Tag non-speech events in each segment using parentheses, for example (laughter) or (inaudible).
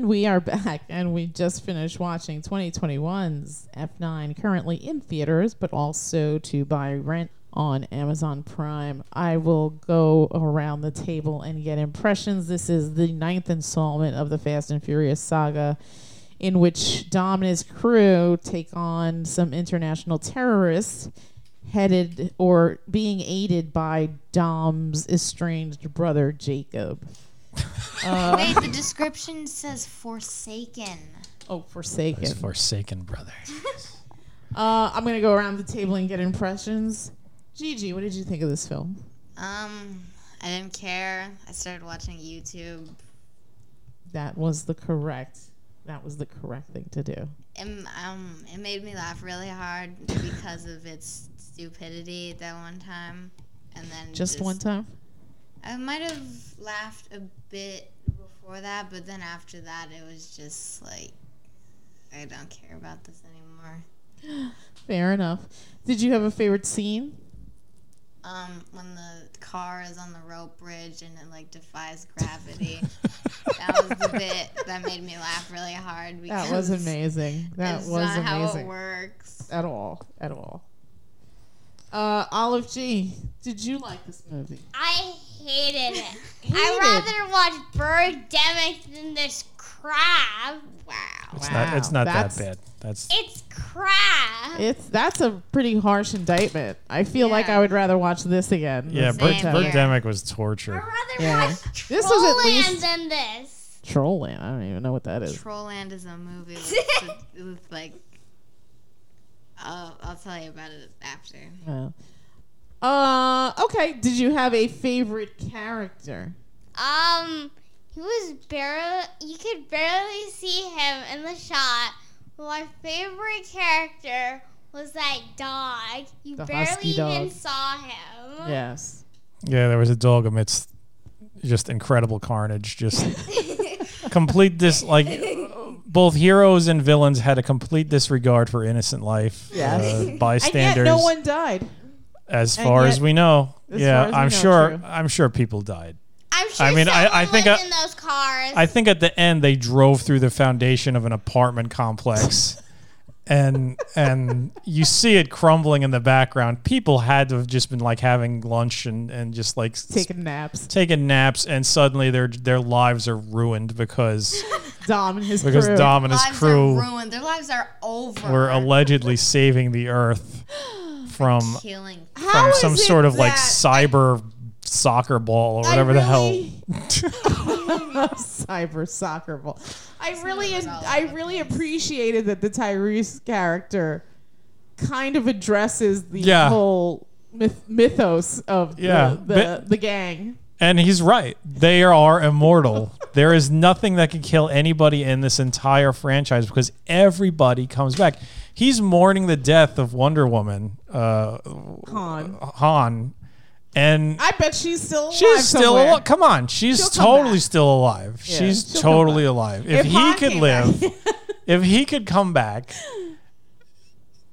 We are back, (laughs) and we just finished watching 2021's F9, currently in theaters, but also to buy rent on Amazon Prime. I will go around the table and get impressions. This is the ninth installment of the Fast and Furious saga, in which Dom and his crew take on some international terrorists headed or being aided by Dom's estranged brother, Jacob. Uh-huh. Wait, the description says forsaken. Oh, Forsaken. His forsaken brother. (laughs) Uh, I'm gonna go around the table and get impressions. Gigi, what did you think of this film? Um, I didn't care. I started watching YouTube. That was the correct. That was the correct thing to do. It, um, it made me laugh really hard because of its stupidity that one time. And then Just one time. I might have laughed a bit before that, but then after that, it was just like, I don't care about this anymore. Fair enough. Did you have a favorite scene? Um, when the car is on the rope bridge and it like defies gravity, (laughs) that was the bit that made me laugh really hard. Because That was amazing. That it's was not how it amazing. works. At all. At all. Uh, Olive G, did you like this movie? I hated it. Hated. I'd rather watch Birdemic than this crap. Wow. It's not, it's not that that's- bad. That's It's crap. It's that's a pretty harsh indictment. I feel like Yeah. I would rather watch this again. yeah. This Bird, Same here. Birdemic was I'd torture. rather Yeah. watch This was at Trollland least- than this. troll land. I don't even know what that is. Trollland is a movie with, with like. I'll, I'll tell you about it after. Wow. Oh. Uh, okay. Did you have a favorite character? Um, he was barely, you could barely see him in the shot. My favorite character was that dog. You The barely husky even dog. saw him. Yes. Yeah, there was a dog amidst just incredible (laughs) carnage. Just complete this like both heroes and villains had a complete disregard for innocent life. Yes. uh, And bystanders. yet, no one died. as and far yet- as we know. As far Yeah, as we I'm know, sure. true. I'm sure people died. I'm sure I mean, I- someone I think lived I- in those cars. I think at the end they drove through the foundation of an apartment complex. And and you see it crumbling in the background. People had to have just been like having lunch and, and just like s- Taking naps. taking naps, and suddenly their their lives are ruined because Dom and his because crew. Dom and his lives crew are ruined. Their lives are over. were allegedly saving the Earth from killing. How from some is it sort of like that- cyber soccer ball or I whatever really- (laughs) the hell. (laughs) cyber soccer ball. I really, what it's all I about, really appreciated that the Tyrese character kind of addresses the Yeah. whole myth- mythos of the- Yeah, the, the, but- gang. And he's right. They are immortal. there is nothing that can kill anybody in this entire franchise because everybody comes back. He's mourning the death of Wonder Woman, uh, Han. Han, and I bet she's still alive. she's still somewhere. alive. Come on, she's She'll come totally back. still alive. Yeah, she's she'll come totally back. alive. If, he Han could came live, back- (laughs) (laughs) if he could come back,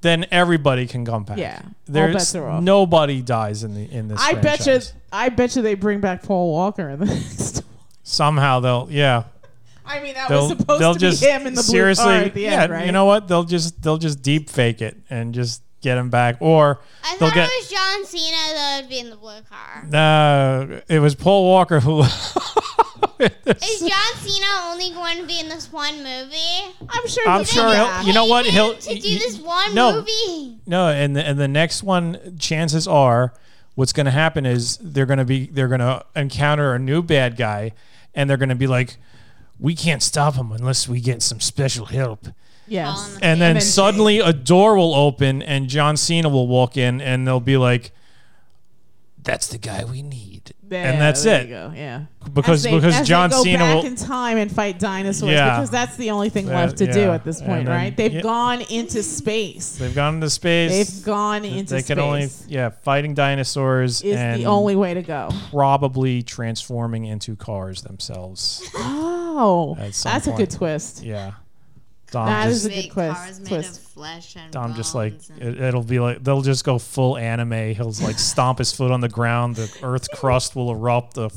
then everybody can come back. Yeah, all there's bets are off. nobody dies in the in this. I bet you, franchise. I bet you they bring back Paul Walker in the (laughs) next. one. somehow they'll yeah I mean, that they'll was supposed they'll to just be him in the seriously blue car at the yeah end, right? you know what they'll just they'll just deep fake it and just get him back or I they'll thought get it was John Cena that would be in the blue car. uh, it was Paul Walker who (laughs) Is John Cena only going to be in this one movie? I'm sure. I'm that- sure yeah. he'll you know what he'll to do y- this one no movie. no and the, and the next one chances are what's going to happen is they're going to be they're going to encounter a new bad guy and they're going to be like we can't stop him unless we get some special help Yes. Um, and then, then- suddenly a door will open and John Cena will walk in and they'll be like, "That's the guy we need," and Yeah, that's there it You go. Yeah. because As they- as because they John go Cena back will in time and fight dinosaurs Yeah. because that's the only thing That- left to do yeah. at this And point, then- right? They've yeah. gone into space. they've gone into space. They've gone into they space. can only yeah fighting dinosaurs is and the only way to go. probably transforming into cars themselves. Oh, At some that's a point. good twist. yeah, Dom That just is a good Big quest- cars made twist. of flesh and Dom Oh, just like bones and- it, it'll be like they'll just go full anime. He'll like stomp his foot on the ground. The earth crust will erupt. The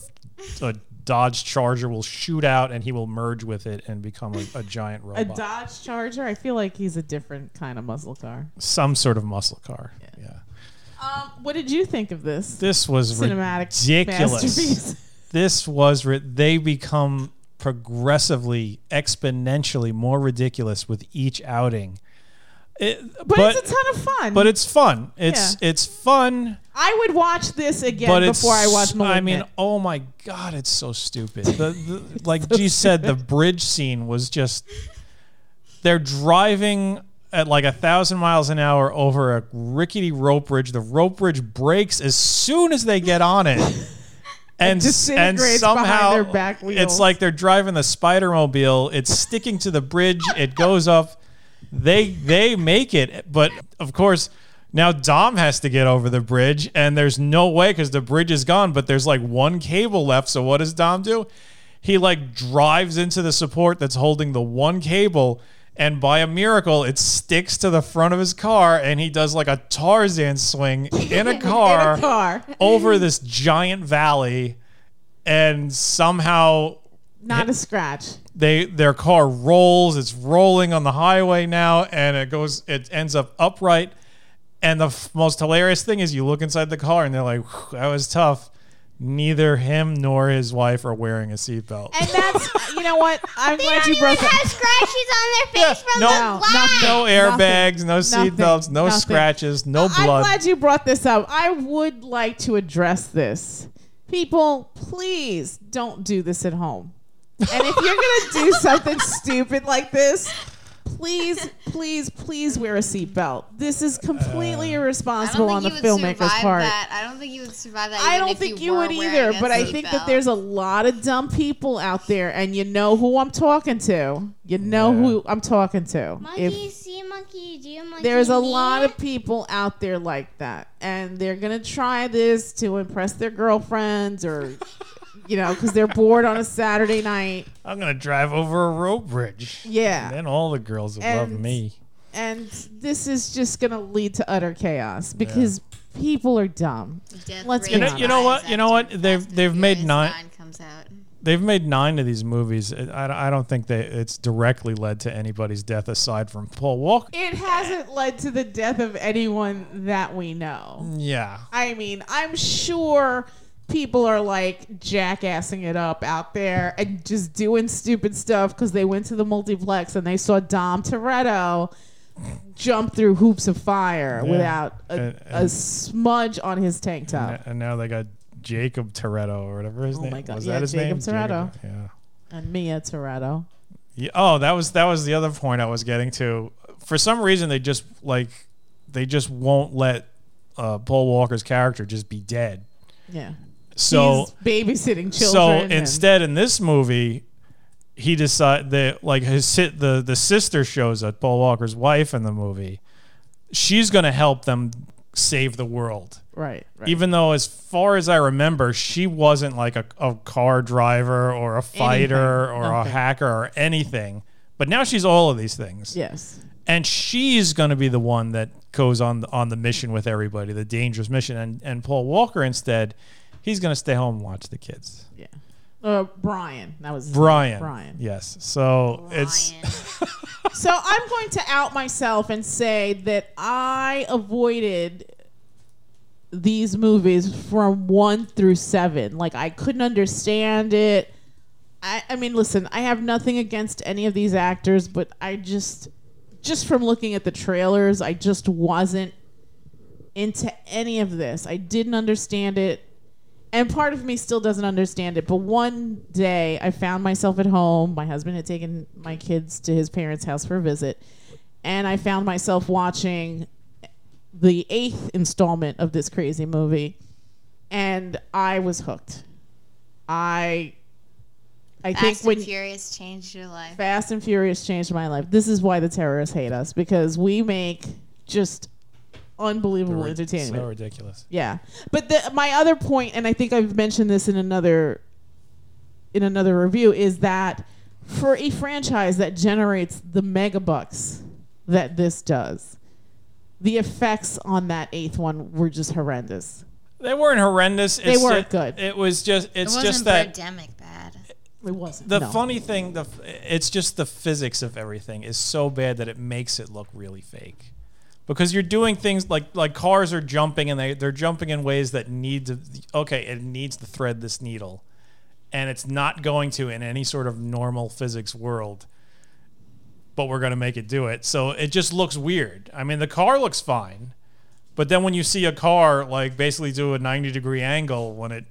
a Dodge Charger will shoot out and he will merge with it and become a, a giant A robot. Dodge Charger. I feel like he's a different kind of muscle car. Some sort of muscle car. Yeah. Um, what did you think of this This was cinematic ridiculous. masterpiece? (laughs) (laughs) this was ri- they become progressively exponentially more ridiculous with each outing It- But, it's a ton of fun. but it's fun it's Yeah. it's fun I would watch this again but before I it's watch Malignant. I mean oh my god it's so stupid the, the, like (laughs) G said the bridge scene was just they're driving at like a thousand miles an hour over a rickety rope bridge the rope bridge breaks as soon as they get on (laughs) it and, s- and disintegrates behind somehow their back it's wheels. like they're driving the spider mobile it's sticking to the bridge it goes up they they make it but of course now dom has to get over the bridge and there's no way because the bridge is gone but there's like one cable left so what does dom do he like drives into the support that's holding the one cable and by a miracle it sticks to the front of his car and he does like a tarzan (laughs) swing in a car, in a car, over this giant valley and somehow not a scratch. (laughs) they their car rolls it's rolling on the highway now and it goes it ends up upright and the f- most hilarious thing is you look inside the car and they're like "Whew, that was tough neither him nor his wife are wearing a seatbelt And that's you know what? I'm They glad don't you even broke that. have scratches on their face from no, the no, flag. no airbags no nothing, seatbelts no nothing. scratches no I'm blood glad you brought this up. I would like to address this. People, please don't do this at home. And if you're (laughs) going to do something stupid like this, please, please, please wear a seatbelt. This is completely Uh, I don't irresponsible think on the you would filmmaker's survive part. that. I don't think you would survive that. I even don't if think you, you, were would either, wearing a but I think that seatbelt. there's a lot of dumb people out there, and you know who I'm talking to. You know Yeah. who I'm talking to. Monkey If- see, monkey do, monkey there's a me. lot of people out there like that, and they're gonna try this to impress their girlfriends or, you know, because they're bored on a Saturday night. i'm gonna drive over a rope bridge Yeah, then all the girls will love And- me and this is just gonna lead to utter chaos because people are dumb. Death Let's Ray be You know- you know what- dies you know after Fast what? They've- and they've made Furious nine- comes out. They've made nine of these movies. I, I don't think they it's directly led to anybody's death aside from Paul Walker. It hasn't led to the death of anyone that we know. Yeah, I mean, I'm sure people are like jackassing it up out there and just doing stupid stuff because they went to the multiplex and they saw Dom Toretto jump through hoops of fire Yeah. without a, And- a smudge on his tank top. and, and now they got Jacob Toretto or whatever his Oh name my God. was. Yeah, that his Jacob name? Toretto. yeah. And Mia Toretto. yeah. Oh, that was that was the other point I was getting to. For some reason, they just like they just won't let uh, Paul Walker's character just be dead. Yeah. So He's babysitting children. and- So instead, in this movie, he decide that like his si- the the sister shows up, Paul Walker's wife in the movie. She's gonna help them save the world, right, right. even though as far as I remember, she wasn't like a, a car driver or a fighter Anything. or a Nothing. hacker or anything. But now she's all of these things yes. and she's going to be the one that goes on the, on the mission with everybody, the dangerous mission. And and Paul Walker instead, he's going to stay home and watch the kids. Yeah. Uh, Brian. That was his name, Brian. Brian. Yes. So it's Ryan. So I'm going to out myself and say that I avoided these movies from one through seven. Like I couldn't understand it. I, I mean, listen, I have nothing against any of these actors, but I just, just from looking at the trailers, I just wasn't into any of this. I didn't understand it. And part of me still doesn't understand it. But one day I found myself at home. My husband had taken my kids to his parents' house for a visit. And I found myself watching the eighth installment of this crazy movie. And I was hooked. I. I think Fast when and Furious changed your life. Fast and Furious changed my life. This is why the terrorists hate us because we make just unbelievable entertainment. so ridiculous. Yeah, but the, my other point, and I think I've mentioned this in another in another review, is that for a franchise that generates the megabucks that this does, the effects on that eighth one were just horrendous. They weren't horrendous. It's weren't ju- good. It was just. It It's wasn't just that. pandemic bad. It wasn't. the no. funny thing, the f- it's just the physics of everything is so bad that it makes it look really fake. Because you're doing things like like cars are jumping and they they're jumping in ways that need to okay it needs to thread this needle, and it's not going to in any sort of normal physics world. But we're gonna make it do it, so it just looks weird. I mean, the car looks fine, but then when you see a car like basically do a 90 degree angle when it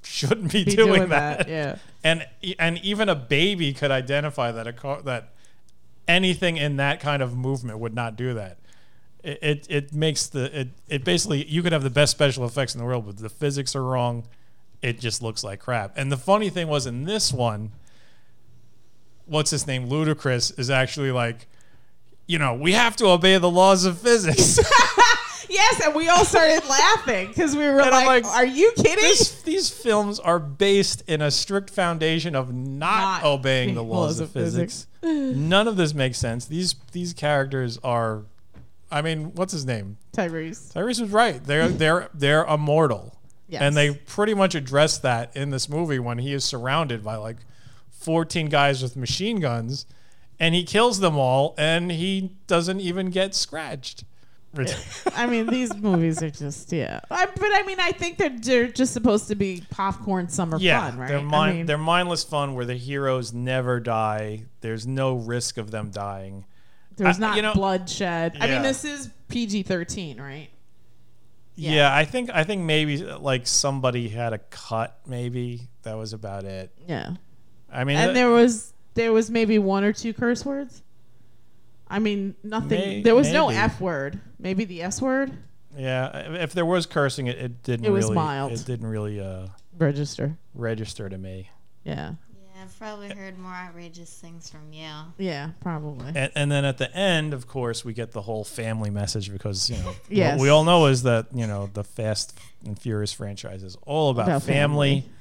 (laughs) shouldn't be, Be doing, that Yeah. and and even a baby could identify that a car that anything in that kind of movement would not do that. It it, it makes the it, it basically you could have the best special effects in the world, but the physics are wrong. It just looks like crap. And the funny thing was in this one, what's his name, Ludacris, is actually like, you know, we have to obey the laws of physics. (laughs) (laughs) Yes, and we all started laughing because we were And I'm like, like, "Are you kidding?" this, these films are based in a strict foundation of not, Not obeying the being laws of physics. None of this makes sense. These these characters are, I mean, what's his name? Tyrese. Tyrese was right. They're they're they're immortal, Yes. and they pretty much address that in this movie when he is surrounded by like fourteen guys with machine guns, and he kills them all, and he doesn't even get scratched. I mean, these movies are just yeah. I, but I mean, I think they're they're just supposed to be popcorn summer yeah, fun, right? they're I mind mean, they're mindless fun where the heroes never die. There's no risk of them dying. there's I- not you know- bloodshed. I Yeah. mean, this is PG thirteen, right? Yeah. I think I think maybe like somebody had a cut. Maybe that was about it. Yeah. I mean, uh, And th- there was there was maybe one or two curse words. I mean, nothing. May- there was no maybe. F word. Maybe the S word. yeah, if there was cursing, it, it didn't. It was really, mild. It didn't really uh, Register. register to me. Yeah. Yeah, I've probably heard more outrageous things from you. Yeah. Probably. And, and then at the end, of course, we get the whole family message because you (laughs) know Yes. what we all know is that you know the Fast and Furious franchise is all about, About family. family.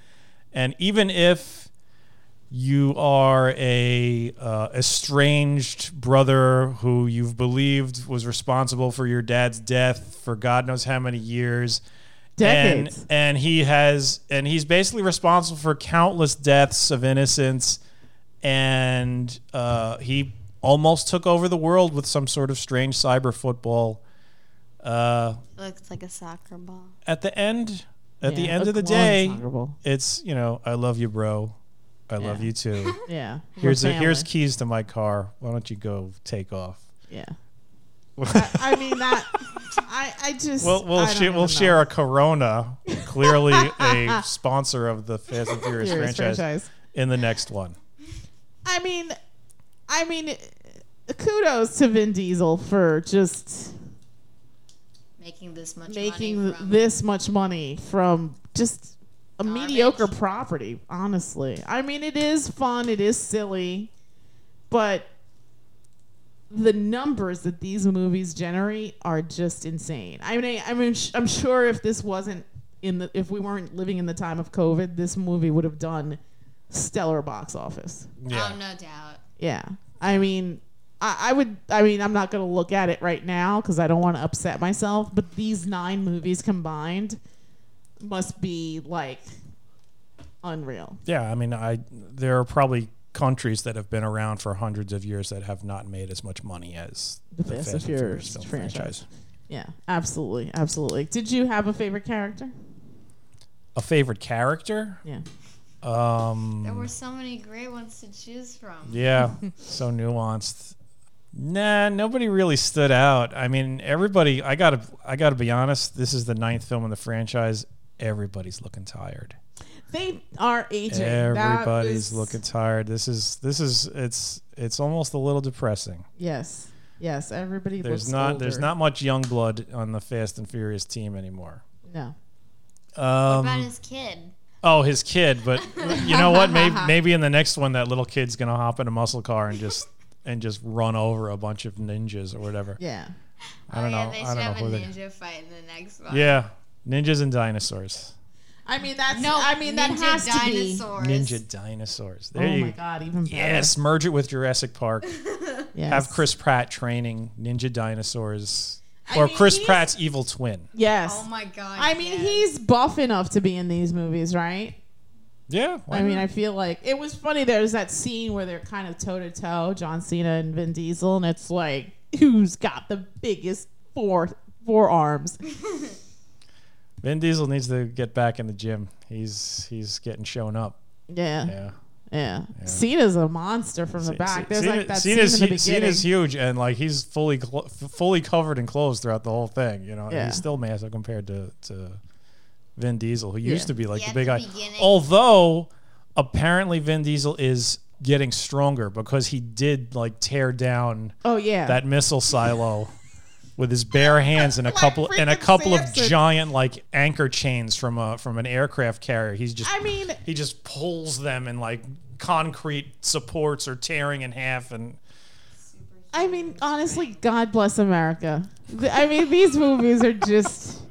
and even if you are a uh, estranged brother who you've believed was responsible for your dad's death for God knows how many years, Decades. and, and he has and he's basically responsible for countless deaths of innocents and uh, he almost took over the world with some sort of strange cyber football uh, It looks like a soccer ball. at the end at the Yeah, end a of the long day soccer ball. it's you know i love you bro i love Yeah. you (laughs) too Yeah. we're here's a, here's family. keys to my car why don't you go take off Yeah. we'll I (laughs) mean that. I I just. we'll, I don't sh- we'll even know. share a corona clearly (laughs) a sponsor of the fast and furious, Serious franchise, in the next one I mean, I mean, kudos to Vin Diesel for just Making this much making money from this much money from just a Garbage. mediocre property. Honestly, I mean, it is fun. It is silly, but the numbers that these movies generate are just insane. I mean, I, I mean, sh- I'm sure if this wasn't in the if we weren't living in the time of COVID, this movie would have done stellar box office. yeah Oh, no doubt. Yeah. I mean, I, I would. I mean, I'm not gonna look at it right now because I don't want to upset myself. But these nine movies combined must be like unreal. Yeah, I mean, I there are probably countries that have been around for hundreds of years that have not made as much money as The Fast and Furious film franchise. Yeah, absolutely, absolutely. Did you have a favorite character? A favorite character? Yeah. There were Um, so many great ones to choose from. yeah, so nuanced. Nah, nobody really stood out. I mean, everybody. I gotta, I gotta be honest. This is the ninth film in the franchise. Everybody's looking tired. They are aging. That Everybody's is- looking tired. This is, this is, it's, it's almost a little depressing. Yes, yes. Everybody. There's looks not, older. there's not much young blood on the Fast and Furious team anymore. No. Um, About his kid. Oh, his kid. (laughs) But you know what? Maybe maybe in the next one, that little kid's gonna hop in a muscle car and just and just run over a bunch of ninjas or whatever. Yeah. I don't oh, yeah, know. they I should don't know have who a they. ninja fight in the next one. Yeah, ninjas and dinosaurs. I mean that's. No, I mean that ninja has to dinosaurs. Ninja dinosaurs. be. There Oh you my god! Even better. Yes, merge it with Jurassic Park. Yes. Have Chris Pratt training ninja dinosaurs, I or mean, Chris he's- Pratt's evil twin. Yes. Oh my god. I mean, yes. he's buff enough to be in these movies, right? Yeah. why I mean, not? I feel like it was funny. There's that scene where they're kind of toe to toe, John Cena and Vin Diesel, and it's like, who's got the biggest four (laughs) forearms? Vin Diesel needs to get back in the gym. He's he's getting shown up. Yeah, yeah. Yeah. Cena's a monster from the back. There's like that Cena's, scene in the hu- beginning. Cena's huge and like he's fully clo- f- fully covered in clothes throughout the whole thing. You know, and Yeah. he's still massive compared to, to Vin Diesel, who Yeah. used to be like Yeah, the big at guy. the beginning. Although apparently Vin Diesel is getting stronger because he did like tear down oh yeah, that (laughs) missile silo with his bare hands and a Like couple and a freaking couple of Samson. giant like anchor chains from a from an aircraft carrier. He's just I mean, he just pulls them and like concrete supports are tearing in half and I mean, honestly, God bless America. Th- I mean, these movies are (laughs) just.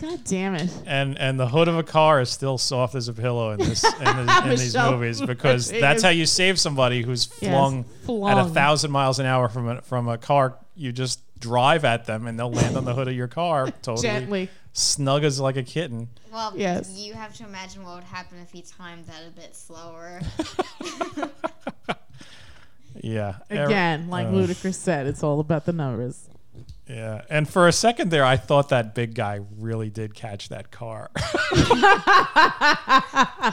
God damn it. and and the hood of a car is still soft as a pillow in this in, (laughs) the, in these Michelle movies because Rodriguez. that's how you save somebody who's flung, at a flung. thousand miles an hour from a, from a car you just drive at them and they'll land on the hood of your (laughs) car totally Gently. snug as like a (laughs) kitten Well, Yes. you have to imagine what would happen if he timed that a bit (laughs) slower. yeah Er- Again, like uh, Ludacris said, it's all about the numbers. yeah and for a second there i thought that big guy really did catch that car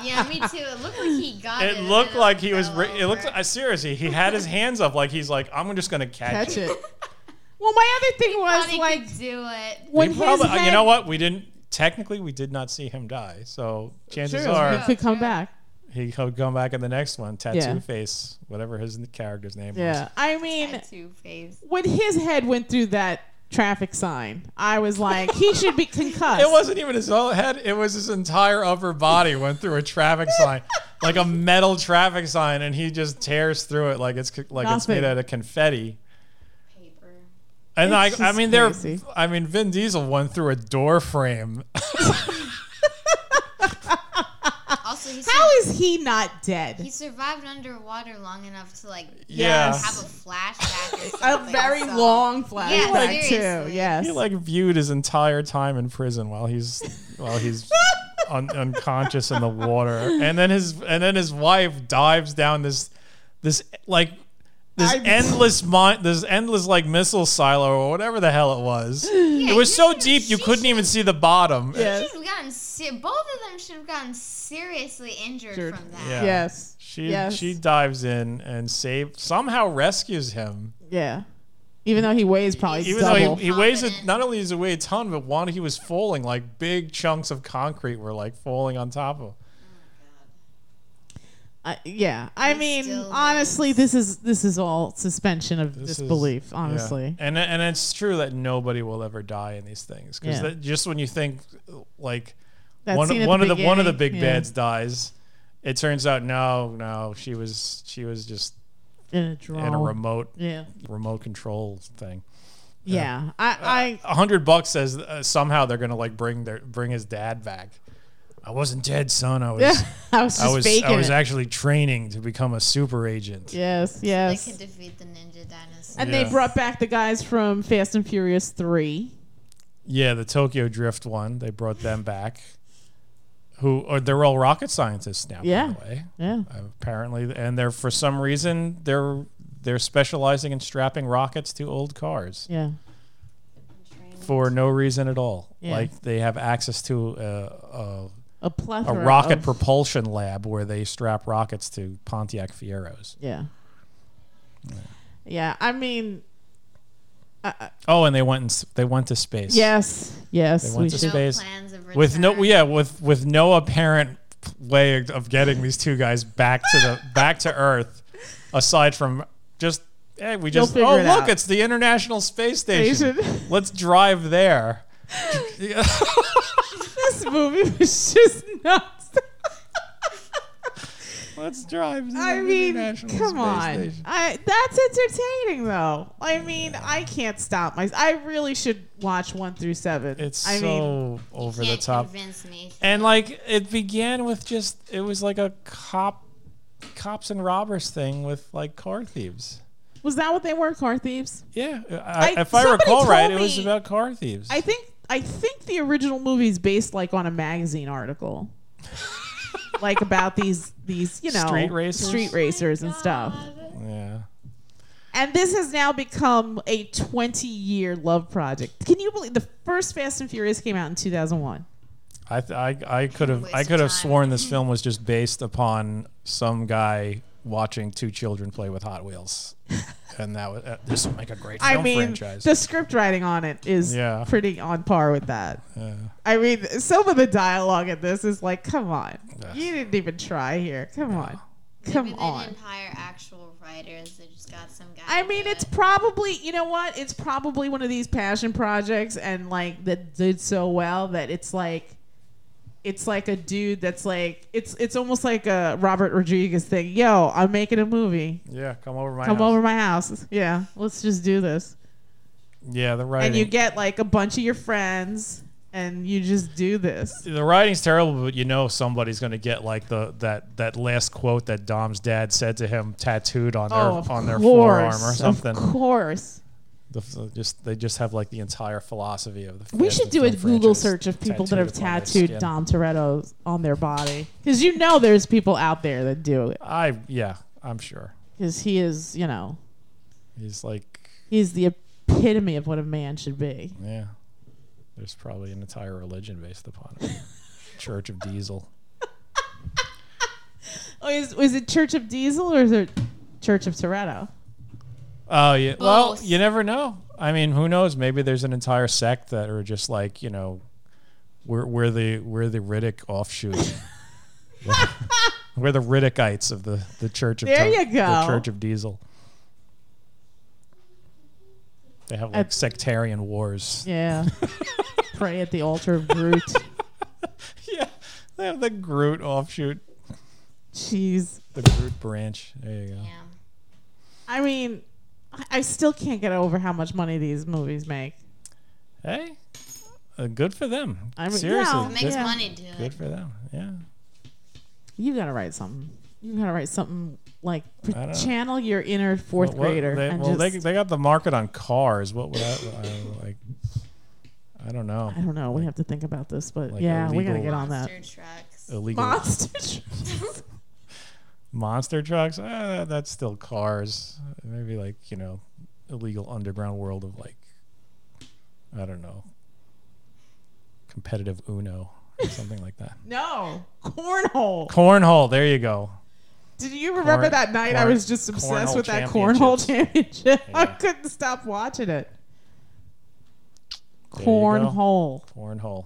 yeah, me too. It looked like he got it. it and looked then like he was. fell Re- it looked. over. Like, seriously, he had his hands up, like he's like, I'm just gonna catch, Catch it. (laughs) Well, my other thing Thought was he like could do it. when He his probably- uh, head, you know what? We didn't. Technically, we did not see him die, so chances True, are he could come Yeah. back. he could come back in the next one. Tattoo Yeah. face, whatever his n- character's name Yeah, I mean, Tattoo face. when his head went through that traffic sign, I was like, he should (laughs) be concussed. was. It wasn't even his whole head; it was his entire upper body went through a (laughs) traffic sign, like a metal traffic sign, and he just tears through it like it's c- like it's Nothing. made out of confetti. Paper. And I, It's I just mean, they're, crazy. I mean, Vin Diesel went through a door frame. Also, he, How sur- is he not he dead? survived underwater long enough to like Yeah. have a flashback or (laughs) A something. very so- long Yeah, flashback too. seriously. Yes. He like viewed his entire time in prison while he's (laughs) while he's un- unconscious in the water, and then his and then his wife dives down this this like this I- endless mine this endless like missile silo or whatever the hell it was. it was you so should- deep you she couldn't even see the bottom. (laughs) yes. She's gotten se- both of them should have gotten seriously injured Injured. from that. Yeah. Yes. She Yes. she dives in and save somehow rescues him. Yeah. Even though he weighs probably even double. though he, he weighs it Confident. not only does he weigh a ton but while he was falling like big chunks of concrete were like falling on top of him I- yeah. I He mean, still honestly, this is this is all suspension of This is- disbelief. yeah. honestly. and and it's true that nobody will ever die in these things because Yeah. just when you think like That one, scene at one of the one of the beginning, big yeah, bads dies it turns out no no she was she was just in a draw. in a remote yeah. remote control thing yeah. Uh, I, I a hundred bucks says uh, somehow they're gonna like bring their bring his dad back i wasn't dead (laughs) son i was yeah, I was just I was faking I was it. actually training to become a super agent. yes, They yes. could defeat the ninja dinosaur. And they Yeah. brought back the guys from Fast and Furious Three. Yeah, the Tokyo Drift one. They brought them back. Who or they're all rocket scientists now, Yeah. by the way. Yeah, Apparently and they're for some reason they're they're specializing in strapping rockets to old cars yeah, for no reason at all. Yeah. Like they have access to uh, a, a a, a plethora. rocket of, propulsion lab where they strap rockets to Pontiac Fieros. Yeah. Yeah, I mean, uh, uh, Oh, and they went in, s- they went to space. yes, yes, They we went to should. no space. plans of return. with no yeah with with no apparent way of getting these two guys back to the back to earth aside from just hey we just figure oh it look out. it's the international space station, Station. let's drive (laughs) there this movie was just nuts. (laughs) let's drive to I the mean, International come Space on. Station. I, that's entertaining, though. I mean, I can't stop my. I really should watch one through seven. it's I mean, so over the Can't top convince me. and like it began with just it was like a cop cops and robbers thing with like car thieves was that what they were? Car thieves? yeah uh, I, I- if i somebody recall told right it was me- about car thieves I (laughs) think. I think the original movie's based like on a magazine article. like about these these you know Street racers? street racers and stuff. Yeah. And this has now become a 20 year love project. Can you believe the first Fast and Furious came out in 2001? I th- I I could have I Waste could have of time. sworn this film was just based upon some guy watching two children play with Hot (laughs) Wheels, and that was, uh, this would make a great film I mean, franchise. the script writing on it is Yeah. pretty on par with that. yeah. I mean, some of the dialogue in this is like, come on. Yeah. You didn't even try here. Come on. Come Maybe they on. didn't hire actual writers. They just got some guy. I to mean, do it's it. probably, you know what? It's probably one of these passion projects and like that did so well that it's like it's like a dude that's like it's it's almost like a Robert Rodriguez thing. Yo, I'm making a movie. yeah, come over my Come house. over my house. Yeah, let's just do this. Yeah, the writing. And you get like a bunch of your friends and you just do this. the writing's terrible, but you know somebody's going to get like the that that last quote that Dom's dad said to him tattooed on their Oh, of on their course, forearm or something. Of course. The f- just they just have like the entire philosophy of the. We Fast should and do a Furious Google franchise search of people that have upon their tattooed skin. Dom Toretto's on their body. Because you know there's people out there that do it. I yeah, I'm sure Because he is, you know, he's like he's the epitome of what a man should be. yeah. There's probably an entire religion based upon (laughs) it. Church of Diesel. Oh, is, is it Church of Diesel or is it Church of Toretto? Oh yeah. Well, Both. you never know. I mean, who knows? Maybe there's an entire sect that are just like you know, we're we're the we're the Riddick (laughs) offshoot. we're the Riddickites of the the Church of There you the go. Church of Diesel. They have like That's- sectarian wars. Yeah. Pray at the altar of Groot. (laughs) Yeah, they have the Groot offshoot, Jeez. the Groot branch. There you go. Yeah. I mean, I- I still can't get over how much money these movies make. Hey, uh, good for them. I mean, Seriously, yeah. It makes Yeah. money do good it. for them. Yeah. You gotta write something. You gotta write something like don't know. channel your inner fourth Well, grader They, and well, they, just they got the market on cars. What would I, I like? I don't know. I don't know. We have to think about this, but Like yeah, we gotta illegal- get on that. Monster trucks. Illegal monster, Monster. trucks. Ah, that's still cars. Maybe like you know, illegal underground world of like, I don't know, competitive Uno or something like that. (laughs) no, cornhole. Cornhole. There you go. Did you remember Corn- that night I corn- was just obsessed cornhole with that cornhole championship? (laughs) I Yeah. couldn't stop watching it. There you go. Cornhole. Cornhole.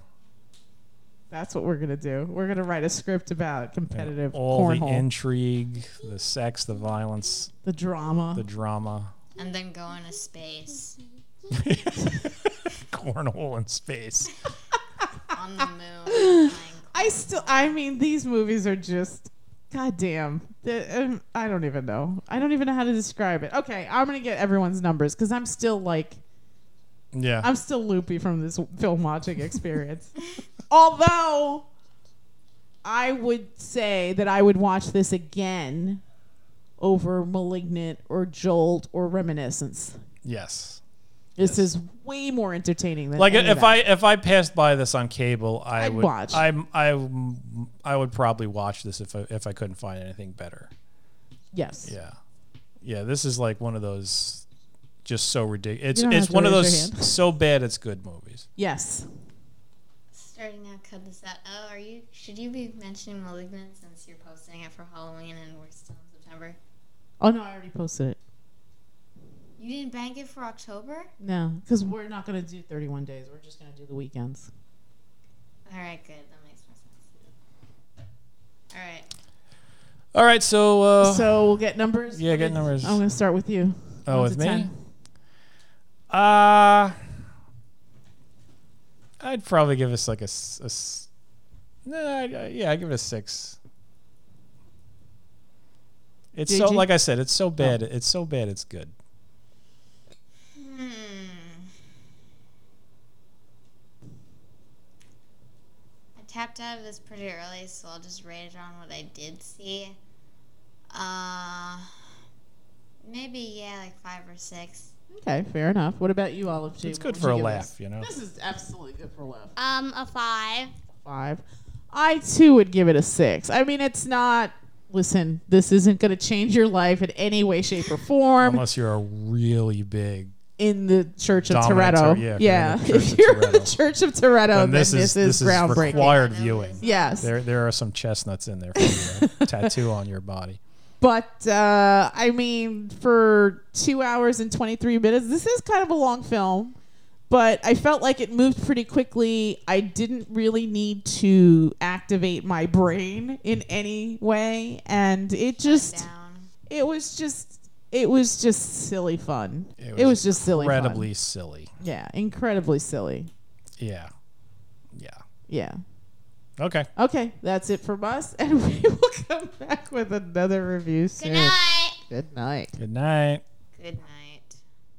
That's what we're gonna do. We're gonna write a script about competitive All cornhole, the intrigue, the sex, the violence, the drama. the drama. (laughs) And then go into (laughs) space Cornhole in space. on the (laughs) moon. playing I still, I mean, these movies are just, goddamn. The- um, I don't even know. I don't even know how to describe it. Okay, I'm gonna get everyone's numbers because I'm still like, Yeah. I'm still loopy from this film watching experience. Although, I would say that I would watch this again over *Malignant* or *Jolt* or *Reminiscence*. yes. This is way more entertaining than Like any of if that. I if I passed by this on cable, I I'd would watch. I I I would probably watch this if I, if I couldn't find anything better. yes. Yeah, yeah. This is like one of those just so ridiculous. don't It's have it's to one of raise your those hand. so bad it's good movies. Yes. Starting out, cut this out. Oh, are you? Should you be mentioning *Malignant* since you're posting it for Halloween and we're still in September? Oh no, I already posted it. You didn't bank it for October? No, because we're not going to do 31 days. We're just going to do the weekends. All right, good. That makes more sense. All right. All right, so uh, so we'll get numbers. yeah, get numbers. I'm going to start with you. oh, One with to me, 10. uh, I'd probably give us like a, s- a s- no, I'd- I- yeah, I give it a six. It's so JG? like I said, it's Oh. so bad. It's so bad. It's good. Hmm. I tapped out of this pretty early, so I'll just rate it on what I did see. Uh, maybe yeah, like five or six. Okay, fair enough. What about you, Olive G? it's What good would for you a give laugh, us? you know. This is absolutely good for a laugh. Um, a Um, five. Five. I too would give it a six. I mean, it's not. Listen, this isn't going to change your life in any way, shape, or form. Unless you're a really big. in the Church of Dominant, Toretto. yeah, yeah. (laughs) kind of the Church If of you're in the Toretto. Church of Toretto, Oh, then And this is this is groundbreaking. required viewing. yes. There there are some chestnuts in there for you, (laughs) a tattoo on your body. But uh, I mean, for two hours and 23 minutes, this is kind of a long film, but I felt like it moved pretty quickly. I didn't really need to activate my brain in any way. And it just, down. it was just, it was just silly fun. It was, was just silly fun. Incredibly silly. Yeah, incredibly silly. Yeah. Yeah. Yeah. Okay. Okay, that's it from us. (laughs) And we will come back with another review soon. Good night. Good night. Good night. Good night.